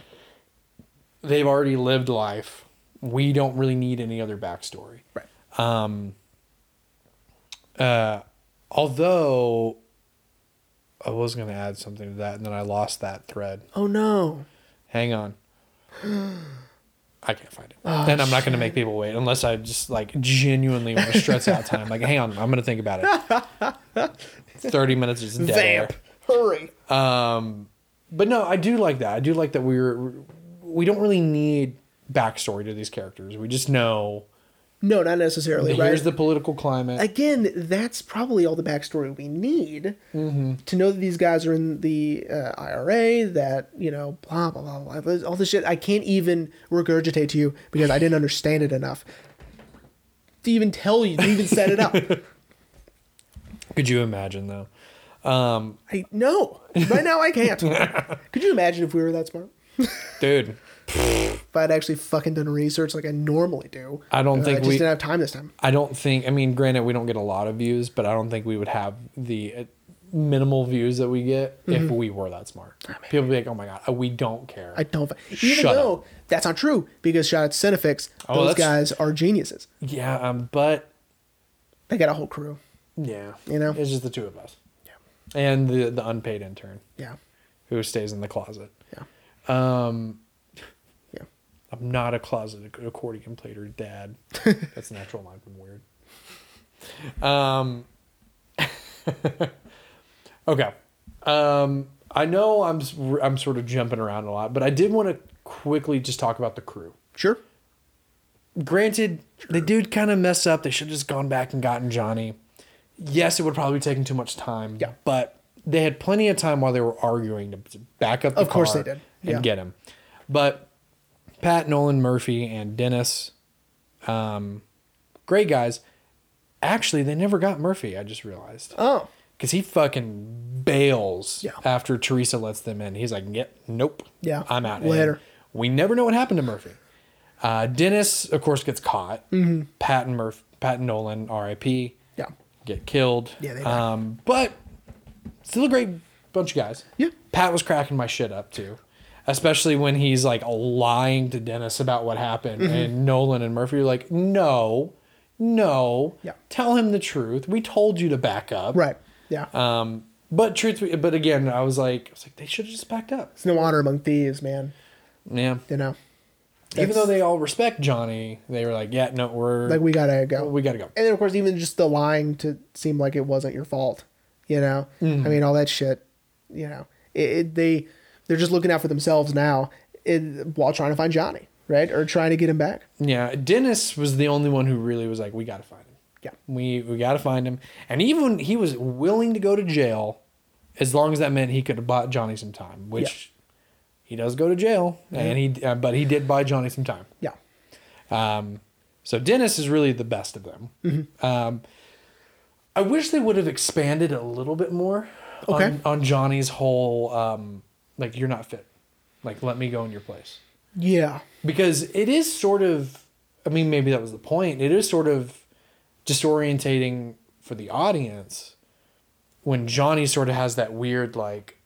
they've already lived life. We don't really need any other backstory. Right. Uh, Although, I was going to add something to that, and then I lost that thread. Oh no. Hang on. I can't find it. Oh, and I'm not going to make people wait unless I just like genuinely want to stretch out time. Like, hang on, I'm going to think about it. 30 minutes is dead air. Um, Vamp. Hurry. But no, I do like that. I do like that we're we don't really need backstory to these characters. We just know No, not necessarily. Right. here's the political climate. Again, that's probably all the backstory we need Mm-hmm. to know that these guys are in the uh, IRA. That you know, blah blah blah blah. There's All this shit I can't even regurgitate to you because I didn't understand it enough to even tell you to even set it up. Could you imagine though? Um, I no. Right now I can't. Could you imagine if we were that smart? Dude, If I'd actually fucking done research like I normally do. I don't Uh, think I just we- didn't have time this time. I don't think I mean granted we don't get a lot of views, but I don't think we would have the uh, minimal views that we get if Mm-hmm. we were that smart. People would be like, "Oh my god, we don't care." I don't. Even Shut though that's not true because shout out to Cinefix, Oh, those that's- guys are geniuses. Yeah, um, but They got a whole crew. yeah, You know? it's just the two of us. Yeah. and the the unpaid intern Yeah. who stays in the closet. Um, Yeah. Yeah. I'm not a closet acc- accordion player, Dad. That's a natural line from Weird. Um. okay. Um. I know I'm s- I'm sort of jumping around a lot, but I did want to quickly just talk about the crew Sure. granted, they did kind of mess up. They should have just gone back and gotten Johnny. Yes, it would probably be taking too much time. Yeah. But they had plenty of time while they were arguing to to back up the Of course car they did. and Yeah. get him. But Pat, Nolan, Murphy, and Dennis, um, great guys. Actually, they never got Murphy, I just realized. Oh, Because he fucking bails Yeah. after Teresa lets them in. He's like, yep, nope. Yeah. I'm out. Later. We never know what happened to Murphy. Uh, Dennis, of course, gets caught. Mm-hmm. Pat and Murph, Pat and Nolan, R.I.P. yeah, Get killed. Yeah, they die. um, but still a great bunch of guys. Yeah. Pat was cracking my shit up too, especially when he's like lying to Dennis about what happened, Mm-hmm. and Nolan and Murphy are like, no, no, Yeah. tell him the truth. We told you to back up. right, yeah. Um, but truth, be- but again, I was like, I was like, they should have just backed up. it's no honor among thieves, man. Yeah. You know, Even though they all respect Johnny, they were like, yeah, no, we're like we gotta go. we gotta go. and then of course even just the lying to seem like it wasn't your fault you know Mm-hmm. i mean all that shit you know it, it, they they're just looking out for themselves now in, while trying to find johnny right or trying to get him back Yeah, Dennis was the only one who really was like, we gotta find him. yeah We we gotta find him. And even he was willing to go to jail, as long as that meant he could have bought Johnny some time, which he does go to jail, and he uh, but he did buy Johnny some time. yeah Um, so Dennis is really the best of them. Um, I wish they would have expanded a little bit more Okay. on, on Johnny's whole um, like you're not fit, like let me go in your place yeah because it is sort of I mean maybe that was the point. It is sort of disorientating for the audience when Johnny sort of has that weird like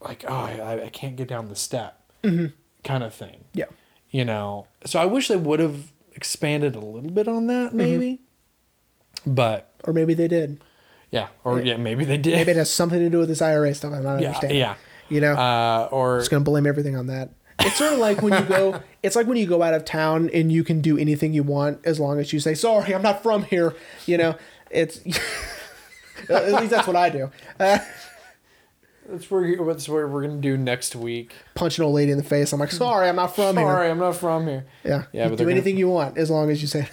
like oh I, I can't get down the step kind of thing yeah you know so i wish they would have expanded a little bit on that Mm-hmm. maybe but or maybe they did yeah or yeah, maybe they did maybe it has something to do with this ira stuff i'm not yeah understanding yeah you know uh, or just gonna blame everything on that it's sort of like when you go it's like when you go out of town and you can do anything you want as long as you say sorry i'm not from here you know it's at least that's what i do that's where you- that's where we're gonna do next week punch an old lady in the face. I'm like, sorry, I'm not from sorry i'm not from here here. Yeah, Yeah, You but do they're anything you want as long as you say,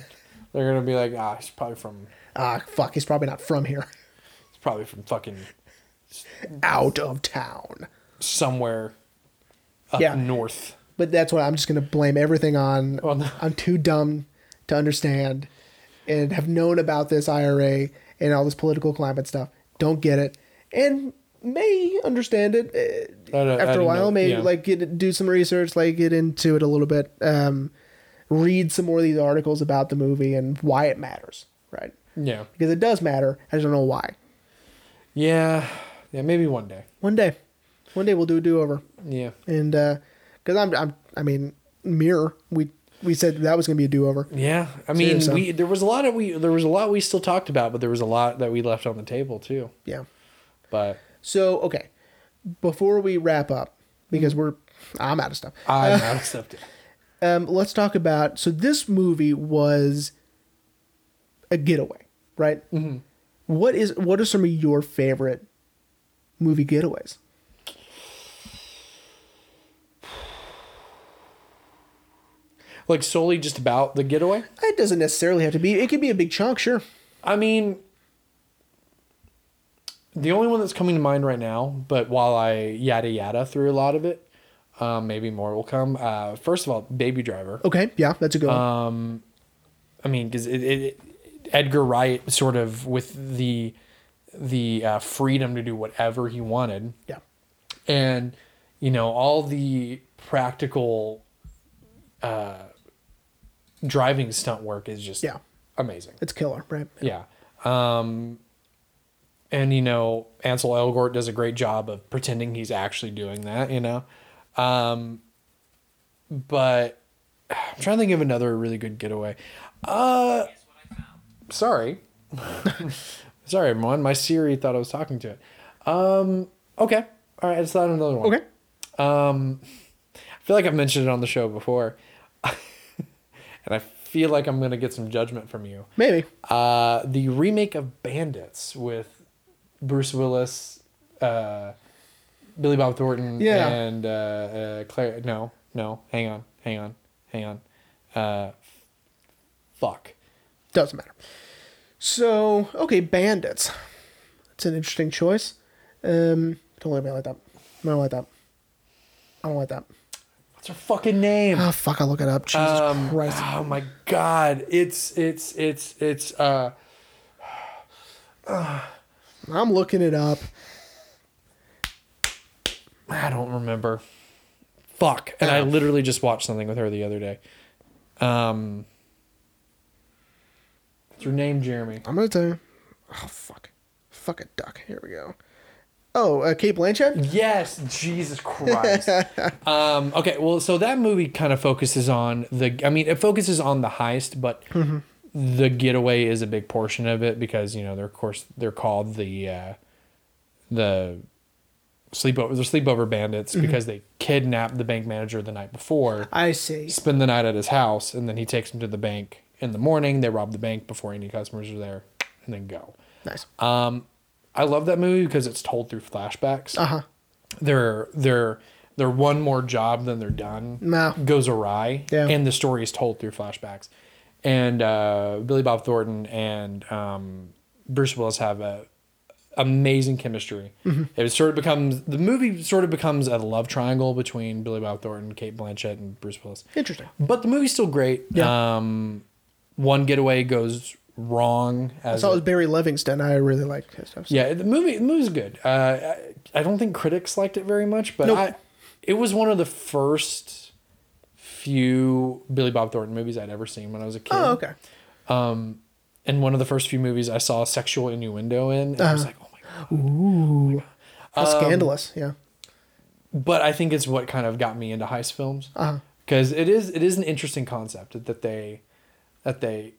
they're gonna be like ah he's probably from ah, fuck, he's probably not from here, he's probably from fucking Mm. out of town. somewhere up Yeah. north But that's what I'm just gonna blame everything on. Well, no. I'm too dumb to understand, and have known about this IRA and all this political climate stuff. Don't get it, and may understand it eh, I don't- I after a don't while. know. Maybe Yeah. like get do some research, like get into it a little bit. Um, read some more of these articles about the movie and why it matters. Right. yeah because it does matter. I just don't know why. yeah yeah maybe one day One day, one day we'll do a do over, yeah and because I'm, I'm, I mean, mirror. We we said that was gonna be a do over. yeah i mean Seriously. we there was a lot of we there was a lot we still talked about but there was a lot that we left on the table too Yeah. but So okay, before we wrap up, because we're I'm out of stuff. i'm not accepted Um, let's talk about. So this movie was a getaway, right? Mm-hmm. is what are some of your favorite movie getaways? like solely just about the getaway. It doesn't necessarily have to be. It could be a big chunk, sure. I mean, the only one that's coming to mind right now, but while I yada yada through a lot of it, um, maybe more will come. Uh, first of all, Baby Driver. Okay, yeah, that's a good one. I mean, because it, it, it- Edgar Wright sort of with the the uh, freedom to do whatever he wanted, yeah, and you know all the practical uh, driving stunt work is just Yeah. amazing. it's killer, right? Yeah. Um, and you know, Ansel Elgort does a great job of pretending he's actually doing that, you know. Um, but I'm trying to think of another really good getaway. Uh, sorry. sorry, everyone. My Siri thought I was talking to it. Um, okay. All right. I just thought of another one. Okay. Um, I feel like I've mentioned it on the show before. and I feel like I'm going to get some judgment from you. Maybe. Uh, the remake of Bandits with Bruce Willis, uh, Billy Bob Thornton, Yeah. and uh, uh, Claire. No, no, hang on, hang on, hang on. Uh, fuck. Doesn't matter. So, okay, bandits. It's an interesting choice. Um, don't let me like that. I don't like that. I don't like that. What's her fucking name? Oh fuck! I will look it up. Jesus Um, Christ! oh my god, it's it's it's it's uh I'm looking it up. I don't remember. Fuck, and I literally just watched something with her the other day. Um, what's her name, Jeremy? I'm gonna tell you. Oh fuck! Fuck a duck. Here we go. Oh, uh, Kate Blanchett. Yes, Jesus Christ. um, okay, well, so that movie kind of focuses on the. I mean, it focuses on the heist, but the getaway is a big portion of it because you know they're of course they're called the uh, the sleepover they're sleepover bandits because they kidnapped the bank manager the night before, I see. spend the night at his house, and then he takes them to the bank in the morning. They rob the bank before any customers are there, and then go. Um, Nice. Uh, I love that movie because it's told through flashbacks. Uh huh. Their their their one more job than they're done Nah. goes awry, Yeah. and the story is told through flashbacks. And uh, Billy Bob Thornton and um, Bruce Willis have a amazing chemistry. Mm-hmm. It sort of becomes the movie sort of becomes a love triangle between Billy Bob Thornton, Kate Blanchett, and Bruce Willis. Interesting. But the movie's still great. Yeah. Um, one getaway goes wrong. I As saw it a- was Barry Livingston. I really liked his stuff. yeah, the movie the movie's good. Uh, I, I don't think critics liked it very much, but Nope. I it was one of the first few Billy Bob Thornton movies I'd ever seen when I was a kid. Oh, okay. And one of the first few movies I saw sexual innuendo in, and I Uh-huh. was like, oh my god. Ooh. How scandalous. Um, Yeah. But I think it's what kind of got me into heist films Uh-huh. because it is it is an interesting concept that they that they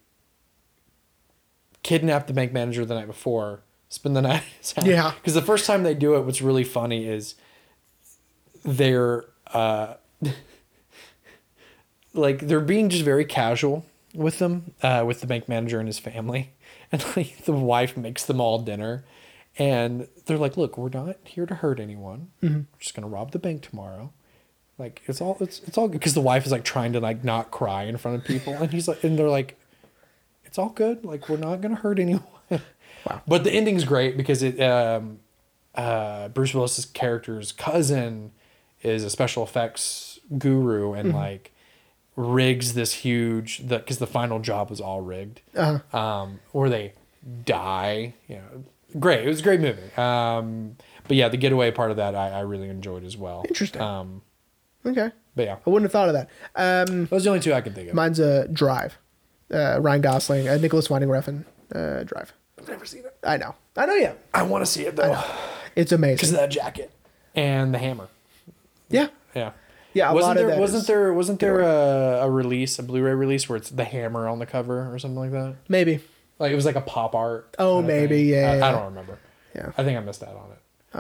kidnap the bank manager the night before, spend the night. Yeah. Because the first time they do it, what's really funny is they're uh, like they're being just very casual with them, uh, with the bank manager and his family, and like the wife makes them all dinner, and they're like, "Look, we're not here to hurt anyone. We're just gonna rob the bank tomorrow." Like it's all it's it's all because the wife is like trying to like not cry in front of people, and he's like, and they're like, it's all good. Like we're not gonna hurt anyone. Wow. But the ending's great because it um, uh, Bruce Willis's character's cousin is a special effects guru and Mm-hmm. like rigs this huge the because the final job was all rigged. Uh-huh. Um, or they die. You know, great. It was a great movie. Um, but yeah, the getaway part of that I, I really enjoyed as well. Interesting. Um, Okay. but yeah, I wouldn't have thought of that. Um, those are the only two I can think of. mine's a Drive. Uh, Ryan Gosling, uh, Nicholas Winding Refn, uh, Drive. I've never seen it. I know. I know. Yeah. I want to see it though It's because amazing. of that jacket and the hammer. Yeah. Yeah. Yeah, a wasn't lot of there that wasn't is- there wasn't there a, a release a Blu-ray release where it's the hammer on the cover or something like that? Maybe. Like it was like a pop art. Oh, kind of maybe, thing. yeah, I, yeah. I don't remember. Yeah. I think I missed out on it.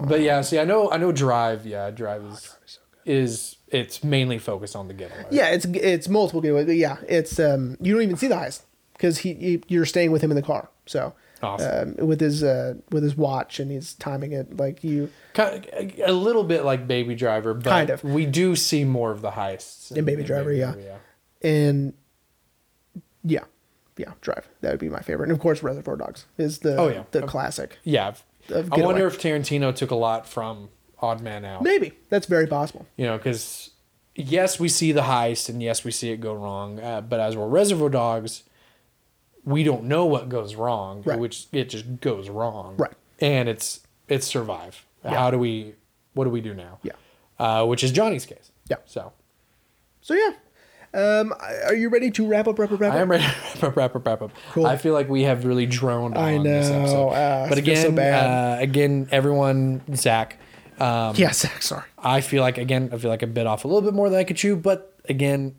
Oh. But yeah, see, I know I know Drive. Yeah, Drive Oh, is is, it's mainly focused on the getaway. Yeah, it's it's multiple giveaways. But yeah, it's um you don't even see the heist because he, he you're staying with him in the car. So Awesome. um, with his uh with his watch and he's timing it like you Kind a little bit like Baby Driver, but Kind of. we do see more of the heists In Baby Driver, yeah. and yeah yeah drive that would be my favorite and of course Reservoir Dogs is the Oh, yeah. the Okay. classic Yeah. Of I wonder Getaway. if Tarantino took a lot from Odd Man Out. maybe that's very possible you know because yes we see the heist and yes we see it go wrong uh, but as we're reservoir dogs we don't know what goes wrong Right. which it just goes wrong Right. and it's it's survive how do we what do we do now Yeah. uh, which is johnny's case Yeah. so so yeah um are you ready to wrap up wrap up wrap I up am ready to wrap up, wrap up, wrap up. Cool. I feel like we have really droned on I this know, episode. but uh, I feel again, so bad. Uh, again, everyone, Zach, um, yeah Zach sorry I feel like again, I feel like I bit off a little bit more than I could chew, but again,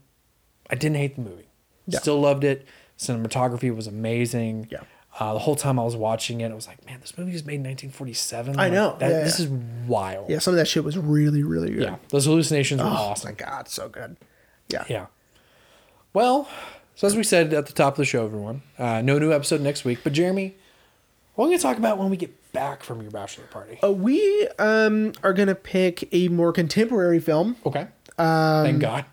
I didn't hate the movie. Yeah. Still loved it. Cinematography was amazing. Yeah. Uh, the whole time I was watching it, I was like, man, this movie was made in 1947. I Like, know. That, Yeah, this yeah. is wild. yeah some of that shit was really really good Yeah. Those hallucinations were oh my awesome. god so good yeah Yeah. Well, so as we said at the top of the show, everyone, uh, no new episode next week. But Jeremy, what are we going to talk about when we get back from your bachelor party? Uh, we um, are going to pick a more contemporary film. Okay. Um, Thank God.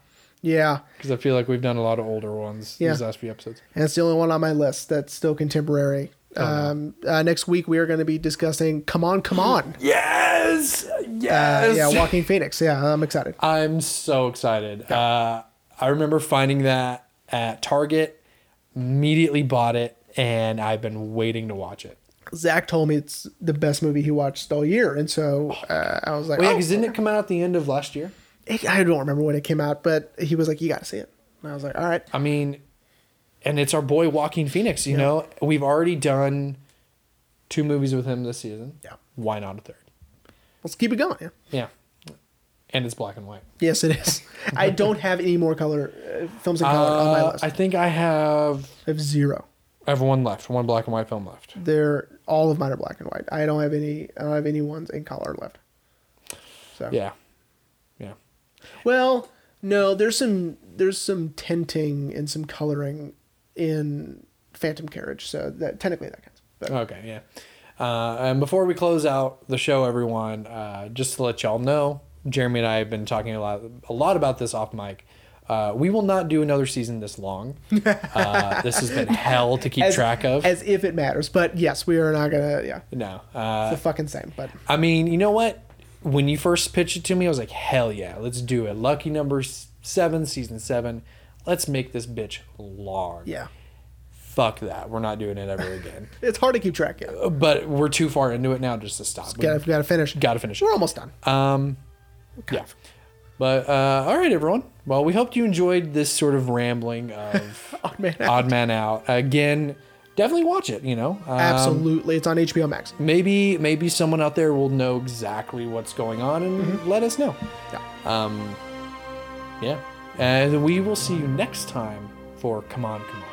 Yeah, because I feel like we've done a lot of older ones Yeah. these last few episodes. and it's the only one on my list that's still contemporary. Oh, um, uh, next week we are going to be discussing "Come On, Come On." Yes, Uh, yes. yeah, Walking Phoenix. Yeah, I'm excited. I'm so excited. Uh, I remember finding that at Target, immediately bought it, and I've been waiting to watch it. Zach told me it's the best movie he watched all year, and so uh, I was like, Well, yeah, oh. because didn't it come out at the end of last year? It- I don't remember when it came out, but he was like, "You got to see it." And I was like, "All right." I mean, and it's our boy Joaquin Phoenix. You know, we've already done two movies with him this season. Yeah. Why not a third? Let's keep it going. Yeah. Yeah. And it's black and white. Yes, it is. I don't have any more color uh, films in color on my Uh, list. I think I have I have zero. I have one left, one black and white film left. They're all of mine are black and white. I don't have any. I don't have any ones in color left. So Yeah. Yeah. Well, no. There's some. There's some tinting and some coloring in Phantom Carriage. So that technically that counts. But Okay, yeah. Uh, and before we close out the show, everyone, uh, just to let y'all know, Jeremy and I have been talking a lot, a lot about this off mic. Uh, we will not do another season this long. Uh, this has been hell to keep as, track of. as if it matters. But yes, we are not gonna. Yeah, no. Uh, the fucking same. But I mean, you know what? When you first pitched it to me, I was like, hell yeah, let's do it. Lucky number s- seven, season seven. Let's make this bitch long. yeah, Fuck that. We're not doing it ever again. it's hard to keep track. Yeah, but we're too far into it now just to stop. We gotta gotta finish. gotta finish it. We're almost done. Um, yeah. But uh, all right, everyone. Well, we hope you enjoyed this sort of rambling of Odd Oh, Man Out. Odd Man Out. Again, definitely watch it. You know, Um, Absolutely, it's on HBO Max. Maybe maybe someone out there will know exactly what's going on and let us know. Mm-hmm. Yeah. Um, yeah. And we will see you next time for Come On, Come On.